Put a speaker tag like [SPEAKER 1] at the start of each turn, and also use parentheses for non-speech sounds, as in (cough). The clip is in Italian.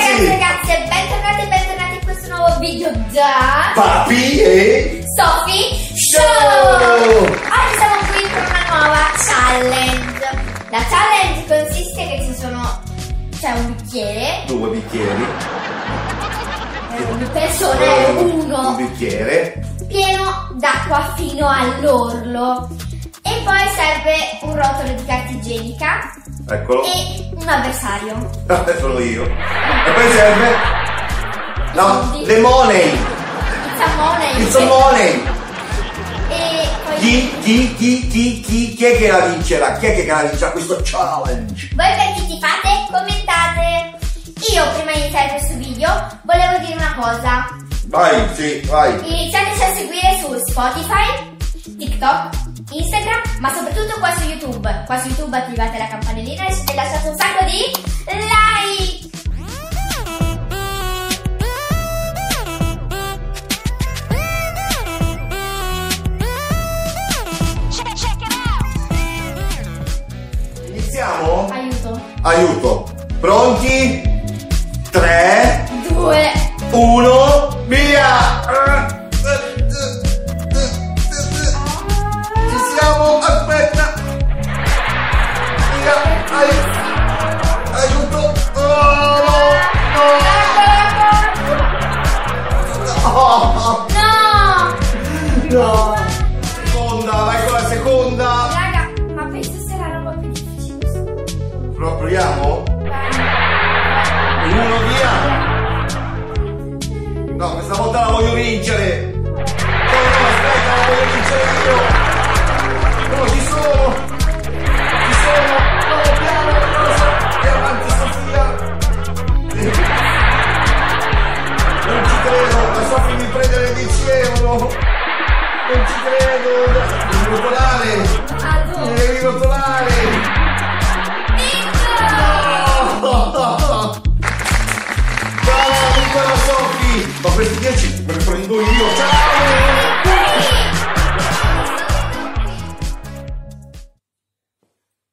[SPEAKER 1] ragazzi e bentornati e bentornati in questo nuovo video da
[SPEAKER 2] Papi e
[SPEAKER 1] Sophie Show!
[SPEAKER 2] Show!
[SPEAKER 1] Oggi siamo qui per una nuova challenge. La challenge consiste che ci sono... c'è un bicchiere,
[SPEAKER 2] Due bicchieri.
[SPEAKER 1] eh, una persona e
[SPEAKER 2] Oh. Un
[SPEAKER 1] uno
[SPEAKER 2] bicchiere.
[SPEAKER 1] pieno d'acqua fino all'orlo. E poi serve un rotolo di carta igienica
[SPEAKER 2] Eccolo. (laughs)
[SPEAKER 1] e un avversario.
[SPEAKER 2] Adesso sono io. E poi serve. No,
[SPEAKER 1] Soldi.
[SPEAKER 2] le money.
[SPEAKER 1] Il salmone
[SPEAKER 2] It's a money.
[SPEAKER 1] e poi...
[SPEAKER 2] Chi, chi, chi, chi, chi, chi è che la vincerà? Chi è che la vincerà questo challenge?
[SPEAKER 1] Voi per chi ti fate? Commentate! Io prima di iniziare questo video volevo dire una cosa.
[SPEAKER 2] Vai, sì, vai.
[SPEAKER 1] Iniziateci a seguire su Spotify, TikTok, Instagram, ma soprattutto qua su YouTube. Qua su YouTube attivate la campanellina e lasciate un sacco di like!
[SPEAKER 2] Iniziamo?
[SPEAKER 1] Aiuto!
[SPEAKER 2] Aiuto. Pronti? 3,
[SPEAKER 1] Due!
[SPEAKER 2] 1, via! Ci siamo, aspetta! Via, ai- aiuto! Oh, no! No!
[SPEAKER 1] No!
[SPEAKER 2] No! Seconda, vai con la seconda!
[SPEAKER 1] Raga, ma penso sarà la roba più difficile.
[SPEAKER 2] Pro- Proviamo?
[SPEAKER 1] Dai.
[SPEAKER 2] Uno via! No, questa volta la voglio vincere! No, no, aspetta, la voglio vincere io! No, ci sono! Ci sono! No, piano, piano! E avanti, Sofia! Non ci credo, la Sofia mi prende le 10 euro! Non ci credo! Devi rotolare!
[SPEAKER 1] Vado.
[SPEAKER 2] Devi rotolare!